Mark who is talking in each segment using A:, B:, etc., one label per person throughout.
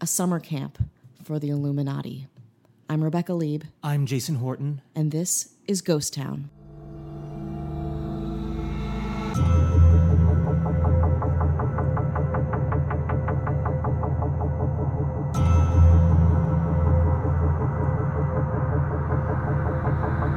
A: a summer camp for the Illuminati. I'm Rebecca Lieb.
B: I'm Jason Horton.
A: And this is Ghost Town.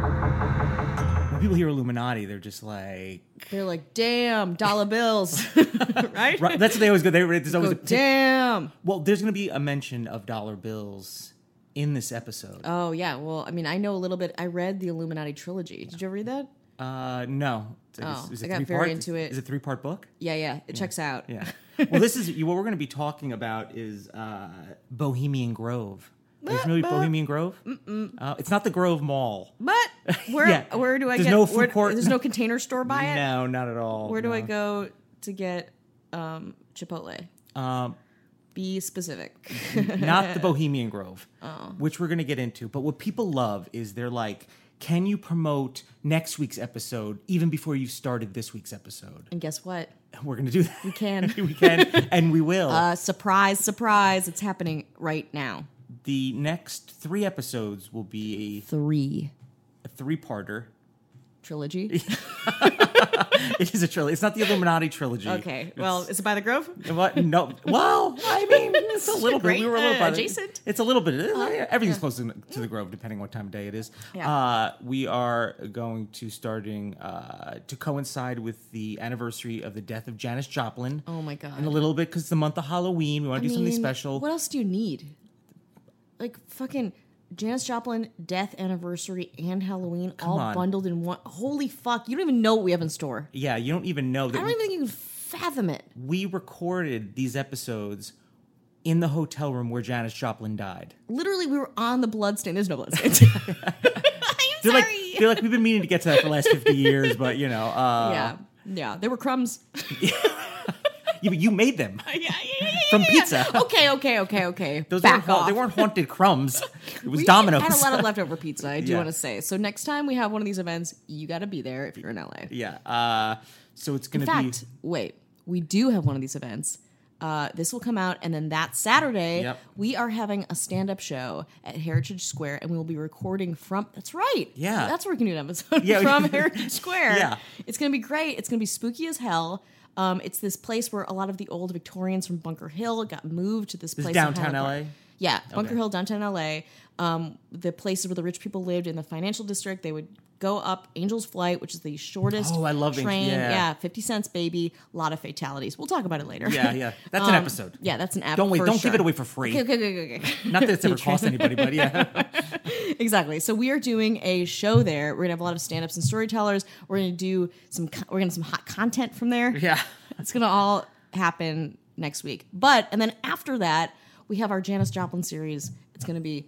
B: When people hear Illuminati, they're just like,
A: They're like, damn, dollar bills. right?
B: right, that's what they always go. They, there's always
A: Go,
B: a pic-
A: damn.
B: Well, there's going to be a mention of dollar bills in this episode.
A: Oh, yeah. Well, I mean, I know a little bit. I read the Illuminati trilogy. Did you ever read that?
B: Uh, no, It's like,
A: Oh,
B: is- is
A: I
B: it
A: got
B: three-part?
A: very into it.
B: Is it three part book?
A: Yeah, yeah. It checks out.
B: Yeah. well, this is what we're going to be talking about is uh, Bohemian Grove. Are you familiar with Bohemian Grove? Mm-mm. Uh, it's not the Grove Mall.
A: But where
B: Yeah.
A: where do I
B: There's
A: get
B: no food
A: where-
B: court.
A: There's no container store by it.
B: No, not at all.
A: Where do I
B: no.
A: go to get um, Chipotle?
B: Um,
A: Be specific.
B: not the Bohemian Grove,
A: Oh.
B: which we're going to get into. But what people love is they're like, can you promote next week's episode even before you've started this week's episode?
A: and guess what?
B: We're going to do that. We
A: can.
B: we can. And we will.
A: Uh, surprise, surprise! It's happening right now.
B: the next three episodes will be
A: Three
B: a three parter.
A: trilogy.
B: It is a trilogy. It's not the Illuminati trilogy.
A: Okay. Well, is it by the Grove?
B: What? No. Well, I mean, it's a little bit.
A: Great,
B: We were a little
A: uh,
B: bit
A: adjacent. Uh-huh.
B: It's a little bit. everything's close to, to the Grove, depending what time of day it is.
A: Yeah.
B: Uh, we are going to starting uh, to coincide with the anniversary of the death of Janis Joplin.
A: Oh my god.
B: And a little bit because it's the month of Halloween. We want to do something
A: mean,
B: special.
A: What else do you need? Like fucking Janis Joplin death anniversary and Halloween all
B: on.
A: bundled in one. Holy fuck! You don't even know what we have in store.
B: yeah, you don't even know
A: I
B: that
A: don't even think you can fathom it.
B: we recorded these episodes in the hotel room where Janis Joplin died.
A: Literally, we were on the bloodstain. There's no bloodstain. I'm
B: They're
A: sorry.
B: like they're like we've been meaning to get to that for the last fifty years, but you know, uh,
A: yeah, yeah. There were crumbs.
B: you, you made them.
A: yeah, yeah, yeah, yeah,
B: From
A: yeah.
B: pizza.
A: Okay, okay, okay, okay.
B: Those
A: Back
B: weren't, haunt-
A: off.
B: They weren't haunted crumbs. It was
A: We
B: dominoes.
A: Had a lot of leftover pizza. I do
B: Yeah.
A: want to say. So next time we have one of these events, you got to be there if you're in LA.
B: yeah. Uh, so it's
A: In
B: going to be.
A: fact, wait, we do have one of these events. Uh, this will come out, and then that Saturday
B: Yep.
A: we are having a stand-up show at Heritage Square, and we will be recording from. That's right.
B: Yeah.
A: that's where we can do an episode
B: Yeah, we
A: from
B: can-
A: Heritage Square.
B: Yeah.
A: it's gonna be great. It's gonna be spooky as hell. Um, it's this place where a lot of the old Victorians from Bunker Hill got moved to this,
B: is
A: place in
B: downtown
A: Highland Park.
B: LA?
A: Yeah, Bunker Hill, downtown LA. Um, the places where the rich people lived in the financial district, they would go up Angel's Flight, which is the shortest
B: Oh, I love Angel-
A: train.
B: yeah.
A: yeah, 50 cents baby, a lot of fatalities. Well talk about it later.
B: Yeah, yeah. That's an episode.
A: um, Yeah, that's an app.
B: Don't wait.
A: for
B: Don't
A: sure.
B: give it away for free.
A: Okay, okay, okay, okay, okay.
B: Not that it's ever cost anybody, but yeah.
A: exactly. So we are doing a show there. We're gonna have a lot of stand-ups and storytellers. We're gonna do some. co- We're gonna have some hot content from there.
B: Yeah.
A: it's gonna all happen next week. But and then after that, we have our Janice Joplin series. It's gonna be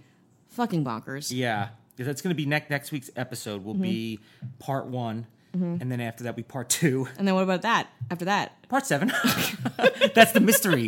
A: fucking bonkers. Mm-hmm.
B: Yeah. 'Cause That's going to be next next week's episode. Will be part one. and then after that we part two,
A: And then what about that? After that,
B: part seven. That's the mystery.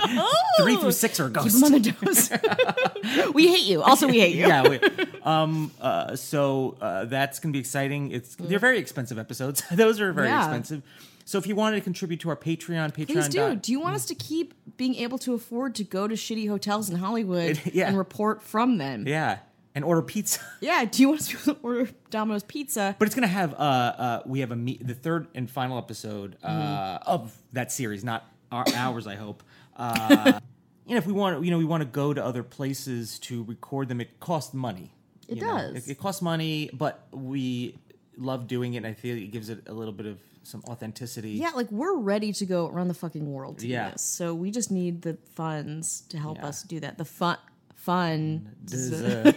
B: Three through six are
A: keep
B: ghosts.
A: Oh! them on their toes. we hate you. Also, we hate you.
B: yeah. We, um. Uh, so uh, that's gonna be exciting. It's they're very expensive episodes. Those are very
A: Mm-hmm. Yeah.
B: expensive. So if you wanted to contribute to our Patreon, Patreon.
A: Please do. Do you want
B: Mm.
A: us to keep being able to afford to go to shitty hotels in Hollywood
B: Yeah.
A: and report from them?
B: yeah, and order pizza.
A: Yeah, Do you want us to be able to order Domino's pizza?
B: But it's gonna have uh, uh we have a me- the third and final episode uh
A: Mm-hmm.
B: of that series, not our ours, I hope. Uh, and if we want, you know, we want to go to other places to record them. It costs money.
A: It
B: you know.
A: does.
B: It, it costs money, but we love doing it, and I feel it gives it a little bit of some authenticity.
A: Yeah, like we're ready to go around the fucking world. To
B: Yeah.
A: Do this. So we just need the funds to help
B: Yeah.
A: us do that. The fun, fun.
B: Does, uh,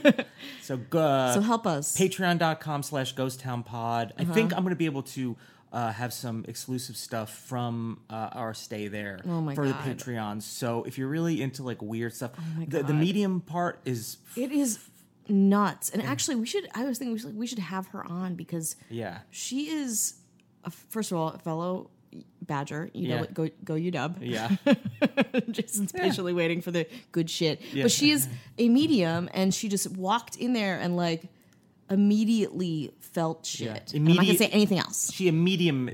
B: so uh,
A: So help us.
B: patreon.com slash ghost town pod i think
A: Uh-huh.
B: i'm going to be able to uh, have some exclusive stuff from uh, our stay there
A: Oh my
B: for
A: God. Oh
B: the patreons so if you're really into like weird stuff the, the medium part is
A: It is nuts. And actually, we should. I was thinking we should, we should have her on because
B: yeah
A: she is, a, first of all, a fellow Badger. You know
B: Yeah.
A: what? Go go UW.
B: yeah
A: Jason's patiently waiting for the good shit. But she is a medium, and she just walked in there and like immediately felt shit. I'm not gonna
B: Immediate-
A: say anything else.
B: she a medium uh,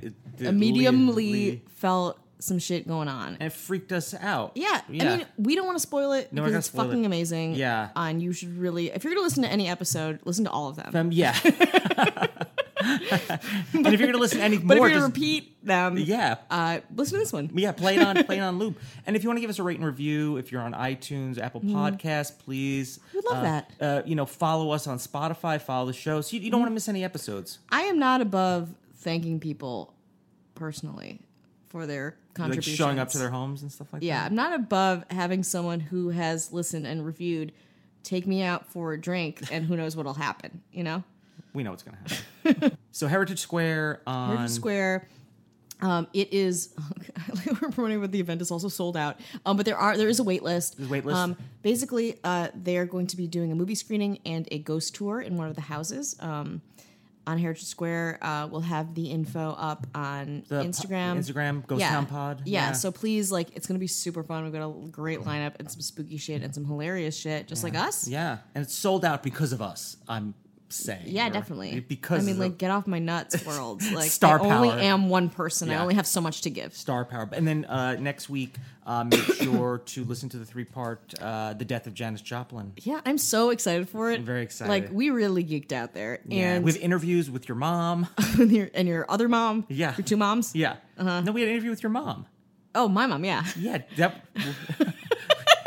A: a mediumly felt some shit going on.
B: and it freaked us out
A: yeah, I mean, we don't want to spoil it
B: Eh, No, we're
A: because
B: gonna
A: it's
B: spoil
A: fucking
B: it.
A: amazing.
B: Yeah.
A: and you should really, if you're gonna listen to any episode, listen to all of them.
B: um, yeah and if you're going to listen to any
A: but
B: more
A: if you're
B: just-
A: gonna repeat them,
B: yeah
A: uh, listen to this one.
B: Yeah, play it on play it on loop. And if you want to give us a rate and review, if you're on iTunes, Apple Podcasts, please.
A: We'd Mm-hmm. love
B: uh,
A: that. Mm-hmm.
B: Uh, you know, follow us on Spotify, follow the show, so you, you don't want to miss any episodes.
A: I am not above thanking people personally for their
B: Like
A: contributions.
B: showing up to their homes and stuff like
A: Yeah,
B: that.
A: I'm not above having someone who has listened and reviewed take me out for a drink, and who knows what'll happen. You know.
B: we know what's gonna happen. so Heritage Square on
A: Heritage Square. Um, it is. we're promoting, but the event is also sold out. Um, but there are there is a wait list.
B: a wait list.
A: Um, basically, uh, they are going to be doing a movie screening and a ghost tour in one of the houses. Um, on Heritage Square, uh, we'll have the info up on
B: The po-
A: Instagram.
B: Instagram, Ghost Town Pod.
A: Yeah.
B: Yeah.
A: So please, like, it's going to be super fun. We've got a great lineup and some spooky shit and some hilarious shit, just like us.
B: Yeah, and it's sold out because of us. I'm saying.
A: Yeah,
B: Or-
A: definitely.
B: Because
A: I mean,
B: of
A: like, get off my nuts, world. Like,
B: Star
A: I only
B: power.
A: am one person. I
B: Yeah.
A: only have so much to give.
B: star power. And then uh, next week, uh, make sure to listen to the three part uh, "The Death of Janis Joplin."
A: Yeah, I'm so excited for it.
B: very excited.
A: Like, we really geeked out there, and
B: we have interviews with your mom.
A: and your, and your other mom.
B: Yeah.
A: your two moms. Uh-huh.
B: yeah. No, we had an interview with your mom.
A: Oh, my mom. Yeah.
B: Yeah, that. what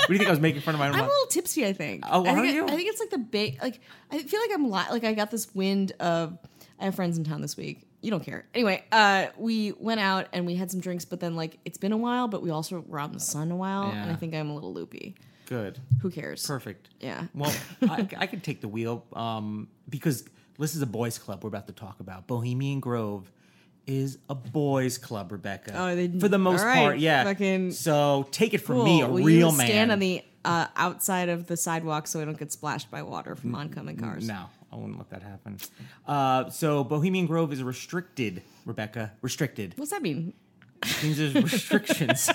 B: do you think I was making fun of my own?
A: I'm a
B: mom?
A: little tipsy. I think.
B: Oh,
A: I think
B: are
A: it-
B: you?
A: I think it's like the big. Like, I feel like I'm li- like I got this wind of. I have friends in town this week. You don't care. Anyway, uh, we went out and we had some drinks, but then like it's been a while, but we also were out in the sun a while, and I
B: Yeah.
A: think I'm a little loopy.
B: Good,
A: Who cares?
B: perfect.
A: Yeah.
B: Well, I, I could take the wheel um, because this is a boys' club we're about to talk about. Bohemian Grove is a boys' club, Rebecca.
A: Oh, they-
B: for the most
A: all right,
B: part, yeah.
A: fucking-
B: so take it from me, a
A: Will you
B: real man.
A: Stand on the uh, outside of the sidewalk so I don't get splashed by water from oncoming cars.
B: No, I wouldn't let that happen. Uh, so Bohemian Grove is restricted, Rebecca. Restricted.
A: What's that mean?
B: means there's restrictions.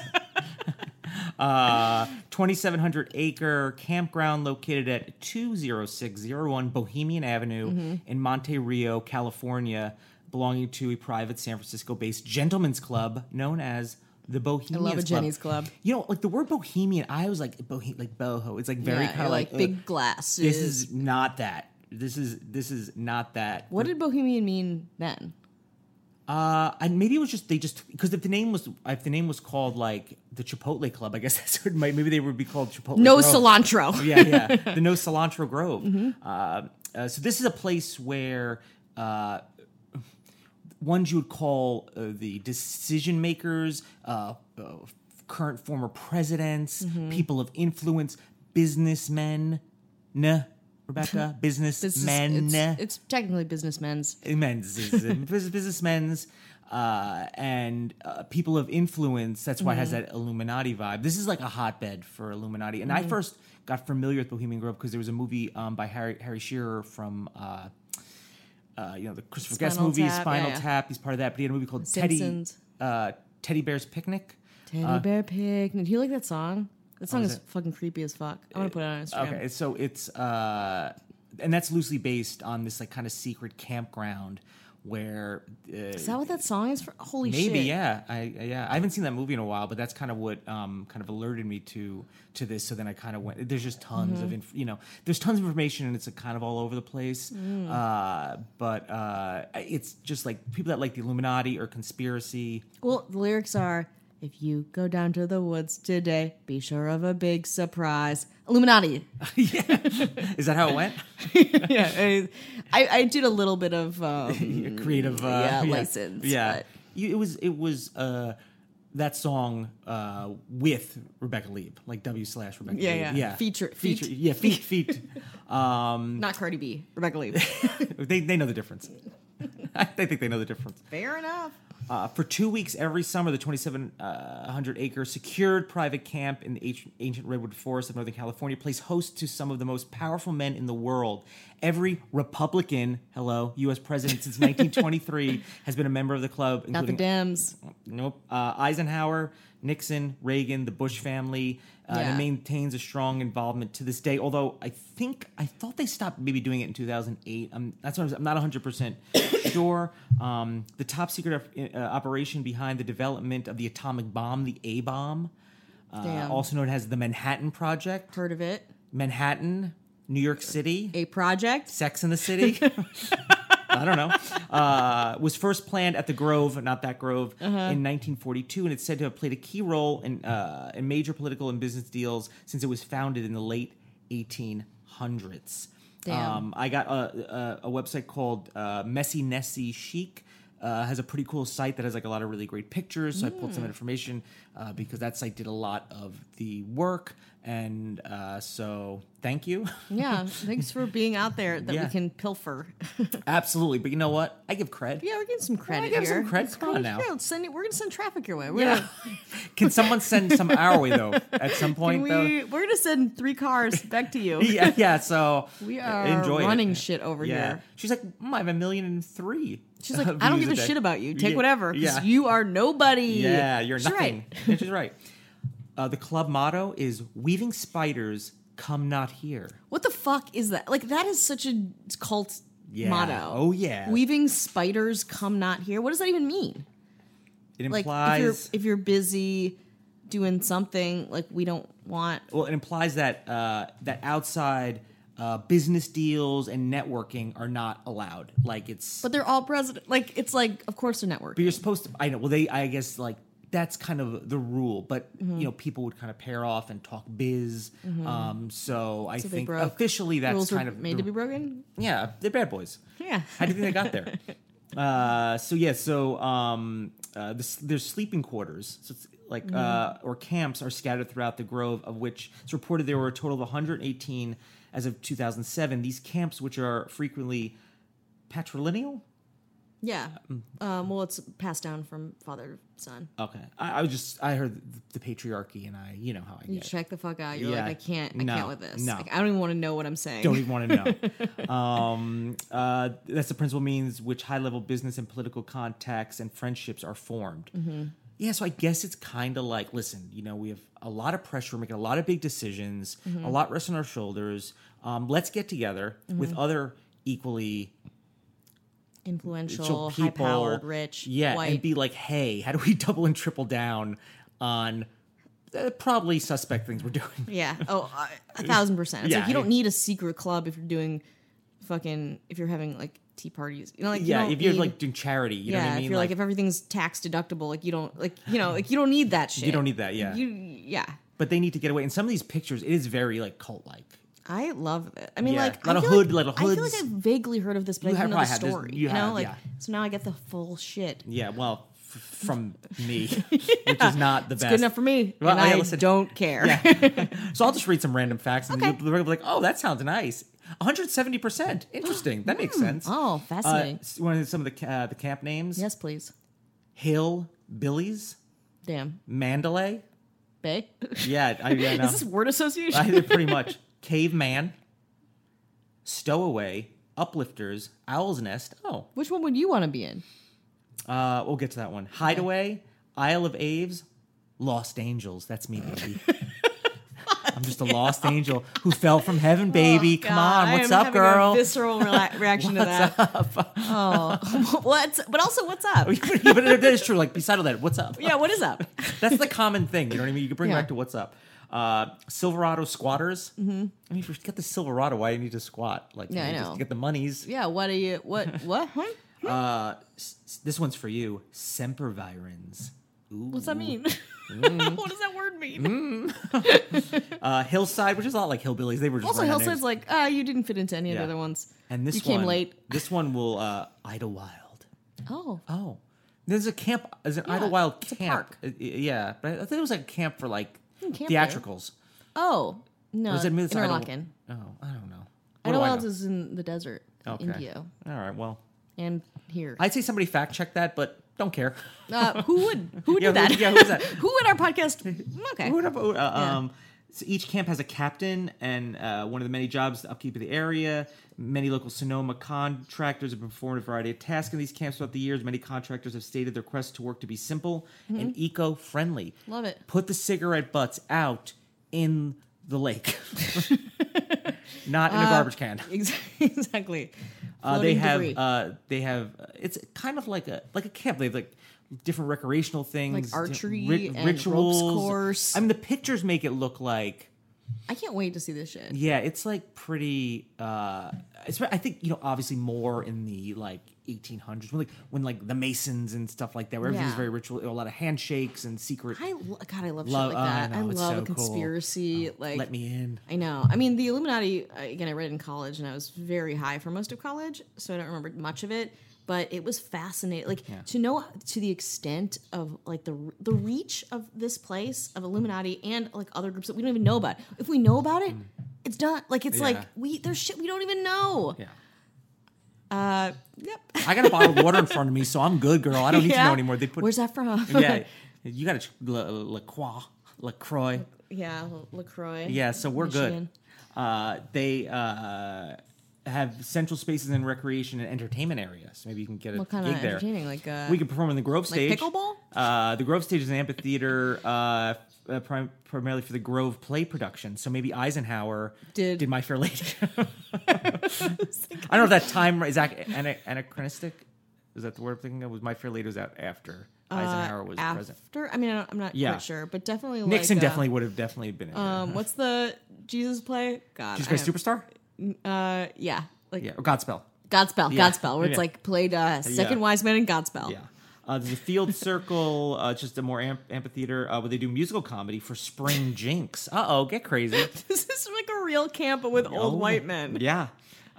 B: uh, 2,700 acre campground located at 20601 Bohemian Avenue
A: Mm-hmm.
B: in Monte Rio, California, belonging to a private San Francisco based gentleman's club known as the Bohemian
A: love a Jenny's Club.
B: You know, like the word Bohemian, I was like, bohe- like boho. It's like very
A: Yeah,
B: kind
A: you're
B: of like,
A: Uh, like, big
B: ugh,
A: glasses.
B: This is not that. This is this is not that.
A: what did Bohemian mean then?
B: Uh, and maybe it was just they just because if the name was if the name was called like the Chipotle Club, I guess that's what it might maybe they would be called Chipotle.
A: No
B: Grove.
A: cilantro. Mm-hmm.
B: Yeah, yeah, the No Cilantro Grove. Uh, uh, so this is a place where uh, ones you would call uh, the decision makers, uh, uh, current former presidents,
A: Mm-hmm.
B: people of influence, businessmen. Nah, Rebecca,
A: This is-
B: businessmen
A: It's, it's technically businessmen's.
B: men's bus- businessmen's uh, and uh, people of influence. That's why it
A: Mm-hmm.
B: has that Illuminati vibe. This is like a hotbed for Illuminati. And I
A: Mm-hmm.
B: first got familiar with Bohemian Grove because there was a movie um, by Harry Harry Shearer from. Uh, uh, you know, the Christopher
A: Spinal
B: Guest movies,
A: Tap,
B: Spinal
A: yeah, yeah.
B: Tap. He's part of that. But he had a movie called
A: Simpsons.
B: Teddy uh, Teddy Bear's Picnic.
A: Teddy
B: Uh,
A: Bear Picnic. Do you like that song? That song is fucking creepy as fuck. I'm gonna put it on Instagram.
B: Oh, Okay, so it's uh, and that's loosely based on this like kind of secret campground where uh,
A: Is that what that song is for? Holy shit.
B: maybe yeah I I- yeah I haven't seen that movie in a while, but that's kind of what um kind of alerted me to to this. So then I kind of went. There's just tons
A: Mm-hmm.
B: of inf- you know there's tons of information and it's like kind of all over the place.
A: Mm.
B: Uh, but uh, it's just like people that like the Illuminati or conspiracy.
A: Well, the lyrics are if you go down to the woods today, be sure of a big surprise. Illuminati.
B: Is that how it went?
A: yeah. I, I I did a little bit of um,
B: your creative
A: yeah,
B: uh,
A: license,
B: Yeah,
A: but-
B: You- it was it was uh, that song uh, with Rebecca Leeb, like W slash Rebecca.
A: Yeah,
B: Leeb.
A: yeah. Feature-
B: feature, feature,
A: feat.
B: yeah, feet, feet.
A: not Cardi B, Rebecca Lee.
B: they they know the difference. they think they know the difference.
A: Fair enough.
B: Uh, for two weeks every summer, the 2,700 acre secured private camp in the ancient, ancient redwood forest of Northern California plays host to some of the most powerful men in the world. Every Republican, hello, U.S. president since 1923 has been a member of the club,
A: Not the
B: including
A: Dems.
B: Nope. Uh, Eisenhower, Nixon, Reagan, the Bush family. Uh, and
A: Yeah.
B: It maintains a strong involvement to this day. Although I think I thought they stopped maybe doing it in 2008. I'm, that's what I'm, I'm not 100 percent sure. Um, the top secret op- uh, operation behind the development of the atomic bomb, the A bomb, uh,
A: Damn.
B: also known as the Manhattan Project,
A: Heard of it?
B: Manhattan, New York City,
A: A project.
B: Sex in the City. I don't know. Uh, was first planned at the Grove, not that Grove, in 1942, and it's said to have played a key role in uh, in major political and business deals since it was founded in the late 1800s.
A: Damn.
B: Um, I got a, a, a website called uh, Messy Nessie Chic. Uh, has a pretty cool site that has like a lot of really great pictures. So I pulled some information uh, because that site did a lot of the work, and uh, so thank you.
A: Yeah. Thanks for being out there that
B: Yeah.
A: we can pilfer.
B: Absolutely, but you know what? I give cred.
A: yeah, we're getting some credit
B: give
A: here.
B: some credit.
A: Let's
B: Come on
A: go-
B: now.
A: yeah, let's send it. We're gonna send traffic your way. We're
B: Yeah.
A: gonna-
B: Can someone send some our way though? At some point
A: we, we're gonna send three cars back to you.
B: though. Yeah, yeah. So
A: We
B: uh,
A: are
B: enjoy it.
A: running shit over here.
B: She's like, "Mm, I have a million and three.
A: She's like,
B: uh,
A: I don't
B: views
A: give a,
B: day."
A: shit about you. Take
B: Yeah,
A: whatever. 'cause
B: Yeah,
A: You are nobody.
B: yeah. You're
A: She's
B: nothing.
A: Right.
B: Yeah, she's right. Uh, the club motto is "Weaving spiders, come not here."
A: What the fuck is that? Like, that is such a cult
B: Yeah.
A: motto.
B: Oh, yeah.
A: Weaving spiders come not here. What does that even mean?
B: It
A: Like,
B: implies
A: if you're if you're busy doing something, like we don't want.
B: well, it implies that uh, that outside uh, business deals and networking are not allowed. Like it's
A: But they're all president. Like, it's like, of course, they're network.
B: But you're supposed to. I know. Well, they. I guess like that's kind of the rule. But you
A: Mm-hmm.
B: know, people would kind of pair off and talk biz. Um, so I
A: So they
B: think
A: broke.
B: officially that's
A: Rules were
B: kind of
A: made
B: the-
A: to be broken.
B: Yeah, they're bad boys.
A: Yeah.
B: How do you think they got there? uh, so yeah, so um, uh, this, there's sleeping quarters, so it's like
A: Mm-hmm.
B: uh, or camps are scattered throughout the grove, of which it's reported there were a total of 118 as of 2007. These camps, which are frequently patrilineal,
A: Yeah. Um, well, it's passed down from father to son.
B: Okay, I, I was just I heard the, the patriarchy, and I you know how I
A: You
B: get. it.
A: check the fuck out. You're
B: Yeah.
A: like, I can't. I
B: No.
A: can't with this.
B: No.
A: Like, I don't even want to know what I'm saying.
B: Don't even want to know. um, uh, that's the principal means which high level business and political contacts and friendships are formed.
A: Mm-hmm.
B: Yeah, so I guess it's kind of like, listen, you know, we have a lot of pressure, we're making a lot of big decisions,
A: Mm-hmm.
B: a lot rests on our shoulders. Um, let's get together with other equally
A: influential,
B: so
A: high
B: people,
A: powered, rich,
B: yeah,
A: white.
B: and be like, hey, how do we double and triple down on uh, probably suspect things we're doing?
A: yeah. Oh, uh, a thousand percent. It's
B: Yeah,
A: like you don't
B: I-
A: need a secret club if you're doing fucking if you're having like tea parties. You know, like
B: yeah,
A: you don't
B: if you're
A: need-
B: like doing charity, you
A: yeah,
B: know what I mean.
A: if you're like, if everything's tax deductible, like you don't like you know like you don't need that shit.
B: you don't need that, yeah.
A: You yeah.
B: but they need to get away. And some of these pictures, it is very like cult like.
A: I love it. I mean,
B: Yeah,
A: like,
B: lot
A: I
B: of
A: feel
B: hood,
A: like,
B: lot of
A: I feel like
B: hoods.
A: I've vaguely heard of this, but I
B: You
A: don't
B: have-
A: know the
B: probably had this-
A: story.
B: you
A: know,
B: have,
A: like,
B: yeah.
A: so now I get the full shit.
B: Yeah, well, f- from me, which is not the best.
A: Good enough for me,
B: Well,
A: and
B: yeah,
A: I
B: listen.
A: don't care.
B: So I'll just read some random facts, and
A: Okay.
B: you'll be like, "Oh, that sounds nice." 170 percent. Interesting. That makes sense.
A: Oh, fascinating.
B: Uh, s- one of some of the ca- uh, the camp names:
A: yes, please.
B: Hill, Billies,
A: Damn,
B: Mandalay.
A: babe.
B: Yeah, I, yeah, I know.
A: Is this word association?
B: I did pretty much. Caveman, Stowaway, Uplifters, Owl's Nest. Oh,
A: Which one would you want to be in?
B: uh, we'll get to that one. Hideaway, Isle of Aves, Lost Angels. That's me, baby. I'm just a lost angel who fell from heaven, baby. Come
A: Oh, God,
B: on,
A: I
B: what's
A: am
B: up,
A: having a
B: girl?
A: visceral rela- reaction to that. Oh, what's? But also, what's up?
B: but it is true. Like beside all that, what's up?
A: Yeah, what is up?
B: That's the common thing. You know what I mean? You can bring
A: Yeah.
B: back to what's up. Uh, Silverado squatters. Mm-hmm. I mean, if you get the Silverado, why do you need to squat? Like,
A: Yeah,
B: you
A: I
B: just
A: know.
B: get the monies.
A: Yeah, what are you? What? What? Huh?
B: Uh, s- s- this one's for you. Sempervirens.
A: What's that mean? what does that word mean? Mm-hmm.
B: Uh, Hillside, which is a lot like hillbillies. They were just
A: Also,
B: running out
A: Hillside's
B: names.
A: like, ah, you didn't fit into any of
B: Yeah.
A: the other ones.
B: And this
A: you came
B: one,
A: late.
B: This one will uh, Idlewild.
A: Oh,
B: Oh, there's a camp. There's an Idlewild camp. Uh, y- Yeah, but I I think it was like a camp for like
A: Hmm, camp there.
B: theatricals.
A: oh no,
B: Or is it it's Idle-
A: Interlochen.
B: Oh, I don't know. What do I
A: Idlewild
B: know?
A: is in the desert,
B: Okay.
A: Indio,
B: All right. Well,
A: and here.
B: I'd say somebody fact check that, but don't care.
A: uh, who would who would
B: Yeah,
A: do that?
B: who- yeah, who's that?
A: who would our podcast? Okay,
B: Who would have- uh, um, so each camp has a captain and uh, one of the many jobs, the upkeep of the area. Many local Sonoma contractors have performed a variety of tasks in these camps throughout the years. Many contractors have stated their quest to work to be simple and eco friendly.
A: Mm-hmm. Love it.
B: Put the cigarette butts out in the lake, not
A: Uh,
B: in a garbage can.
A: Ex- exactly.
B: Uh, they
A: Floating
B: have
A: debris.
B: uh, they have it's kind of like a like a camp. They have like different recreational things, di-
A: archery and ropes course.
B: I mean, the pictures make it look like
A: I can't wait to see this shit.
B: yeah, it's like pretty. Uh, it's, I think you know, obviously more in the like 1800s when like when like the Masons and stuff like that, where everything's
A: Yeah.
B: very ritual, a lot of handshakes and secret.
A: I lo- God, I love,
B: Love-
A: shit
B: oh,
A: like
B: I
A: that.
B: know,
A: I,
B: it's
A: love
B: so
A: a
B: cool. Uh,
A: conspiracy. Like,
B: let me in.
A: I know. I mean, the Illuminati. uh, Again, I read in college, and I was very high for most of college, so I don't remember much of it. But it was fascinating, like to know to the extent of like the r- the reach of this place of Illuminati and like other groups that we don't even know about. If we know about it, it's done. Like it's like
B: Mm. Yeah.
A: we there's shit we don't even know.
B: Yeah.
A: Uh, yep.
B: I got a bottle of water in front of me, so I'm good, girl. I don't need to
A: Yeah.
B: know anymore. They put
A: Where's that from?
B: yeah, you got a La, La Croix, La Croix.
A: yeah, L- Lacroix.
B: Yeah, so we're
A: Michigan.
B: good. Uh, they uh, have central spaces and recreation and entertainment areas. Maybe you can get a
A: What kind
B: gig
A: of
B: there.
A: entertaining? Like uh,
B: we could perform in the Grove stage.
A: pickleball?
B: Uh, the Grove stage is an amphitheater uh, f- uh, prim- primarily for the Grove play production. So maybe Eisenhower
A: Did-
B: My Fair Lady. I don't know if that time is ac- ana- anachronistic. Is that the word I'm thinking of? Was My Fair Lady was out after
A: Uh,
B: Eisenhower was
A: after.
B: president.
A: I mean, I don't, I'm not
B: Yeah.
A: quite sure, but definitely
B: Nixon
A: like, uh,
B: definitely would have definitely been in there.
A: Um, what's the Jesus play? God,
B: She's
A: I
B: got a
A: am-
B: superstar.
A: Uh, yeah, like
B: Yeah, or Godspell.
A: Godspell,
B: Yeah.
A: Godspell, where it's
B: Yeah.
A: like played uh, Second
B: Yeah.
A: Wise Man and Godspell.
B: Yeah. Uh, there's a field circle, uh, it's just a more amp- amphitheater uh, where they do musical comedy for Spring Jinx. Uh oh, get crazy.
A: this is like a real camp, but with old
B: Oh,
A: white men.
B: Yeah.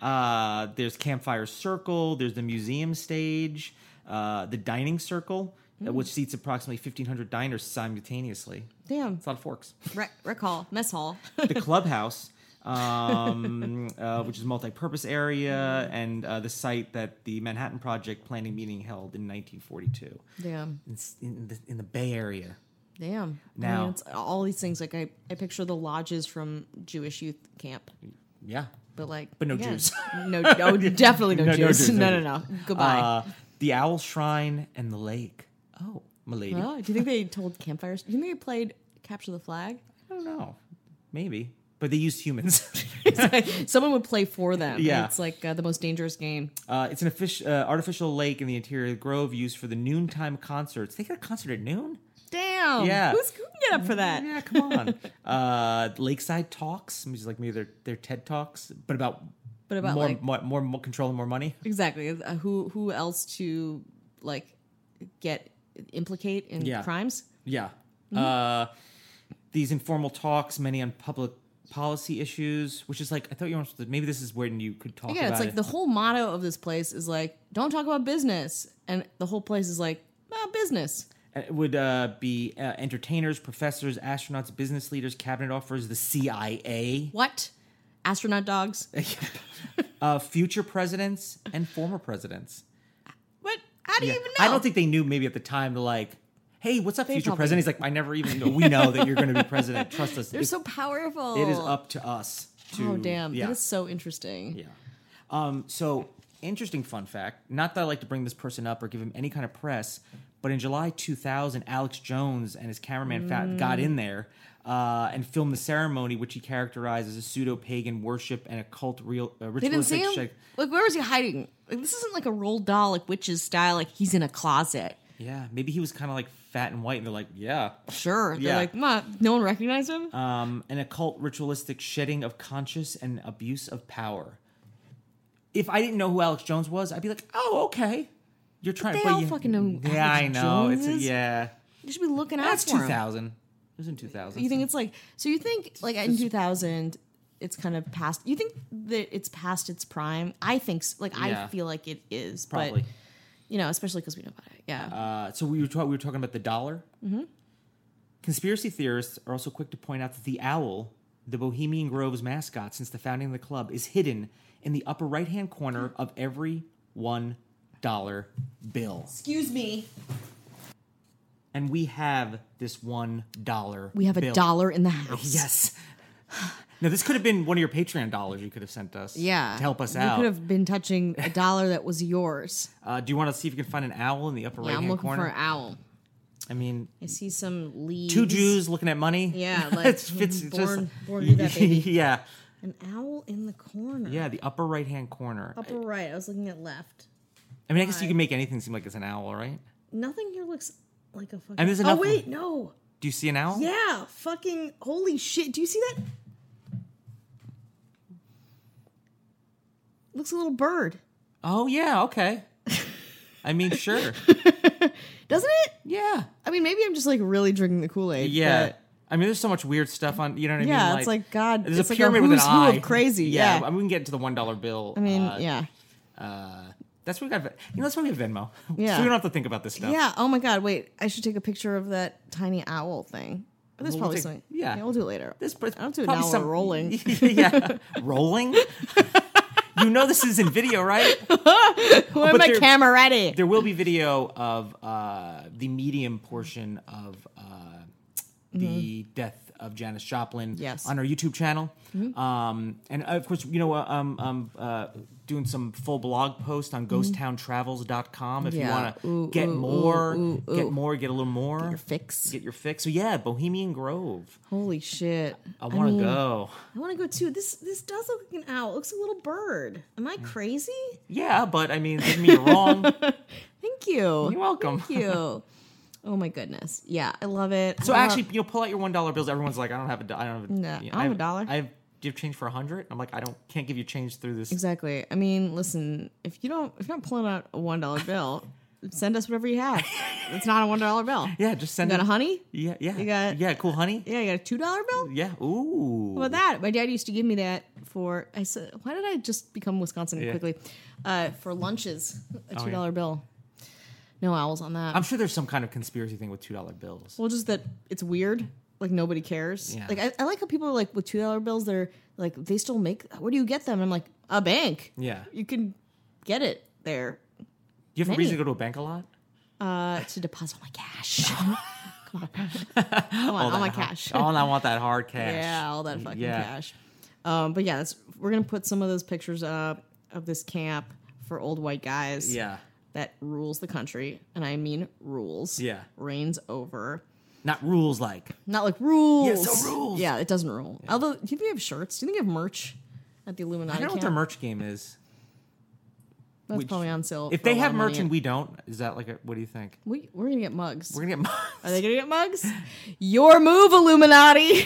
B: Uh, there's Campfire Circle, there's the museum stage, uh, the dining circle, uh, which seats approximately 1,500 diners simultaneously.
A: Damn,
B: It's a lot of forks.
A: rec, rec hall, mess hall.
B: the clubhouse, um, uh, which is a multi-purpose area, and uh, the site that the Manhattan Project planning meeting held in 1942
A: Damn,
B: in, s- in, the, in the Bay Area.
A: damn. I
B: Now-
A: mean, it's all these things. Like I, I picture the lodges from Jewish youth camp,
B: Yeah,
A: but like,
B: But no
A: again,
B: Jews.
A: No, oh, definitely no,
B: No, no
A: Jews.
B: Jews,
A: No,
B: no
A: no, no. Goodbye.
B: uh, the Owl Shrine and the lake. Oh, milady.
A: Oh, do you think they told campfires? Do you think they played capture the flag?
B: I don't know. Maybe, but they used humans.
A: Someone would play for them. and
B: Yeah.
A: it's like uh, the most dangerous game.
B: uh, it's an offic- uh, artificial lake in the interior of the grove used for the noontime concerts. They got a concert at noon.
A: Damn.
B: Yeah.
A: Who's who can get up for that?
B: Yeah, come on. uh, Lakeside talks, which is like maybe their their TED talks, but about
A: But about,
B: more,
A: like-
B: more more more control and more money.
A: Exactly. Uh, who who else to like get implicate in
B: Yeah.
A: crimes?
B: Yeah.
A: Mm-hmm.
B: Uh, these informal talks, many on public policy issues, which is like I thought you were supposed to. Maybe this is when you could talk.
A: Yeah,
B: about
A: it's like
B: it.
A: the whole motto of this place is like don't talk about business, and the whole place is like ah, business.
B: Uh, It would uh, be uh, entertainers, professors, astronauts, business leaders, cabinet offers, the CIA,
A: What? Astronaut dogs.
B: uh, future presidents, and former presidents.
A: what? How do you even know?
B: I don't think they knew maybe at the time to like, hey, what's up, future
A: probably-
B: president? He's like, I never even know. We know that you're going to be president. Trust us.
A: they're
B: It's-
A: so powerful.
B: it is up to us. To,
A: Oh damn!
B: Yeah.
A: That is so interesting.
B: yeah. Um, so interesting fun fact. Not that I like to bring this person up or give him any kind of press, but in July 2000, Alex Jones and his cameraman fa-
A: Mm.
B: got in there uh, and filmed the ceremony, which he characterized as a pseudo pagan worship and a cult real uh,
A: They didn't see
B: ritualistic.
A: him.
B: shake-
A: Like, where was he hiding? Like, this isn't like a roll doll, like witches style. Like, he's in a closet.
B: Yeah, maybe he was kind of like fat and white, and they're like, yeah.
A: Sure. They're
B: Yeah.
A: like, "Ma, no one recognized him.
B: um, an occult ritualistic shedding of conscious and abuse of power. If I didn't know who Alex Jones was, I'd be like, oh, okay. You're trying
A: they
B: but
A: all
B: you-
A: fucking know who
B: Yeah,
A: Alex
B: I know.
A: Jones
B: it's
A: is.
B: yeah.
A: you should be looking out
B: That's
A: for him.
B: 2000. It was in 2000.
A: You think it's like so? You think like in two thousand, it's kind of past. You think that it's past its prime. I think s- like I
B: Yeah.
A: feel like it is,
B: probably.
A: but you know, especially because we know about it. Yeah,
B: Uh, so we were, ta- we were talking about the dollar. Mm-hmm. Conspiracy theorists are also quick to point out that the owl, the Bohemian Grove's mascot since the founding of the club, is hidden in the upper right hand corner of every one dollar bill.
A: excuse me.
B: and we have this one dollar.
A: We have a
B: bill. Oh,
A: dollar in the house.
B: Yes. Now this could have been one of your Patreon dollars you could have sent us.
A: Yeah.
B: To help us
A: you
B: out.
A: could have been touching a dollar that was yours.
B: Uh, do you want to see if you can find an owl in the upper
A: yeah,
B: right
A: I'm
B: hand
A: looking
B: corner?
A: for an owl.
B: I mean,
A: I see some leaves.
B: two Jews looking at money.
A: Yeah,
B: It
A: like,
B: fits. it's
A: born-
B: just,
A: born to that baby.
B: Yeah.
A: An owl in the corner.
B: Yeah. The upper right hand corner.
A: Upper right. I was looking at left.
B: I mean, I guess you can make anything seem like it's an owl, right?
A: Nothing here looks like a fucking.
B: And there's
A: oh
B: enough-
A: wait, no.
B: Do you see an owl?
A: Yeah, fucking holy shit. Do you see that? Looks a little bird,
B: Oh yeah. Okay. I mean, sure.
A: doesn't it?
B: Yeah.
A: I mean, maybe I'm just like really drinking the Kool Aid.
B: Yeah. I mean, there's so much weird stuff on. You know what I mean?
A: Yeah, it's like, God,
B: There's
A: it's
B: a
A: like a
B: pyramid with an
A: who's who of
B: eye.
A: crazy, yeah.
B: I mean, we can get into the one dollar bill.
A: I mean,
B: uh,
A: yeah,
B: Uh, that's what we got. You know, that's why we have Venmo.
A: Yeah.
B: so we don't have to think about this stuff.
A: yeah. Oh my God, wait. I should take a picture of that tiny owl thing. But there's
B: Well, we'll
A: probably
B: take-
A: something.
B: yeah.
A: we'll do it later.
B: This but
A: I don't do it now. Some... rolling.
B: yeah, rolling. you know this is in video, right?
A: Where my
B: there-
A: camera ready?
B: There will be video of uh, the medium portion of uh, the death of Janis Joplin
A: Mm-hmm. Yes. Mm-hmm.
B: on our YouTube channel. Um, and of course, you know, uh, um, um, uh, doing some full blog post on ghosttowntravels.com if
A: Mm-hmm. Yeah.
B: you
A: Ooh,
B: want to get
A: ooh,
B: more,
A: ooh, ooh, ooh.
B: get more, get a little more. Get
A: your fix.
B: Get your fix. So yeah, Bohemian Grove.
A: Holy shit!
B: I want to
A: mean,
B: go.
A: I want to go too. This this does look like an owl. It looks a little bird. Am I crazy?
B: Yeah, but I mean, give me wrong.
A: Thank you.
B: You're welcome.
A: Thank you. Oh my goodness. Yeah, I love it.
B: So
A: I love-
B: actually, you know, pull out your one dollar bills. Everyone's like, I don't have a, do- I don't have a,
A: No, I
B: you know,
A: don't have a dollar.
B: I have, do you have change for a hundred? I'm like, I don't, can't give you change through this.
A: exactly. I mean, listen, if you don't, if you're not pulling out a one dollar bill, send us whatever you have. It's not a one dollar bill.
B: Yeah, just
A: You
B: send
A: got a
B: it.
A: honey?
B: Yeah, yeah,
A: You got-
B: yeah, cool honey.
A: Yeah, you got a two dollar bill.
B: Yeah, ooh.
A: How about that? My dad used to give me that for. I said, why did I just become Wisconsin
B: Yeah. Oh,
A: quickly? Uh, for lunches, a
B: yeah.
A: two dollar bill. No owls on that.
B: I'm sure there's some kind of conspiracy thing with two dollar bills.
A: Well, just that it's weird. Like nobody cares.
B: Yeah.
A: Like I, I like how people are like with two dollar bills. They're like they still make. Where do you get them? I'm like a bank.
B: Yeah.
A: you can get it there
B: Do you have a
A: many.
B: reason to go to a bank a lot?
A: uh, to deposit all my cash. Come on, come on, all my cash.
B: Oh, and I want that hard cash.
A: Yeah, all that fucking
B: Yeah.
A: cash. Um, but yeah, that's, we're gonna put some of those pictures up of this camp for old white guys.
B: Yeah.
A: that rules the country, and I mean rules.
B: Yeah.
A: reigns over.
B: Not rules like.
A: Not like rules.
B: Yeah, so rules.
A: Yeah, it doesn't rule. Although, do you think they have shirts? Do you think they have merch at the Illuminati?
B: I don't know
A: camp?
B: what their merch game is.
A: That's
B: which-
A: probably on sale.
B: If
A: for a
B: they
A: lot
B: have
A: of
B: merch
A: money.
B: and we don't, is that like a, what do you think?
A: we we're gonna get mugs.
B: We're gonna get.
A: Are they gonna get mugs? Your move, Illuminati.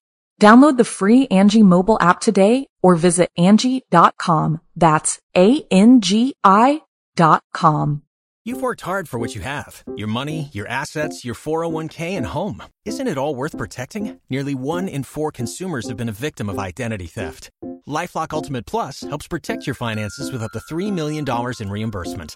C: Download the free Angie mobile app today or visit Angie.com. That's A-N-G-I dot com.
D: You've worked hard for what you have your money, your assets, your 401k, and home. Isn't it all worth protecting? Nearly one in four consumers have been a victim of identity theft. Lifelock Ultimate Plus helps protect your finances with up to $3 million in reimbursement.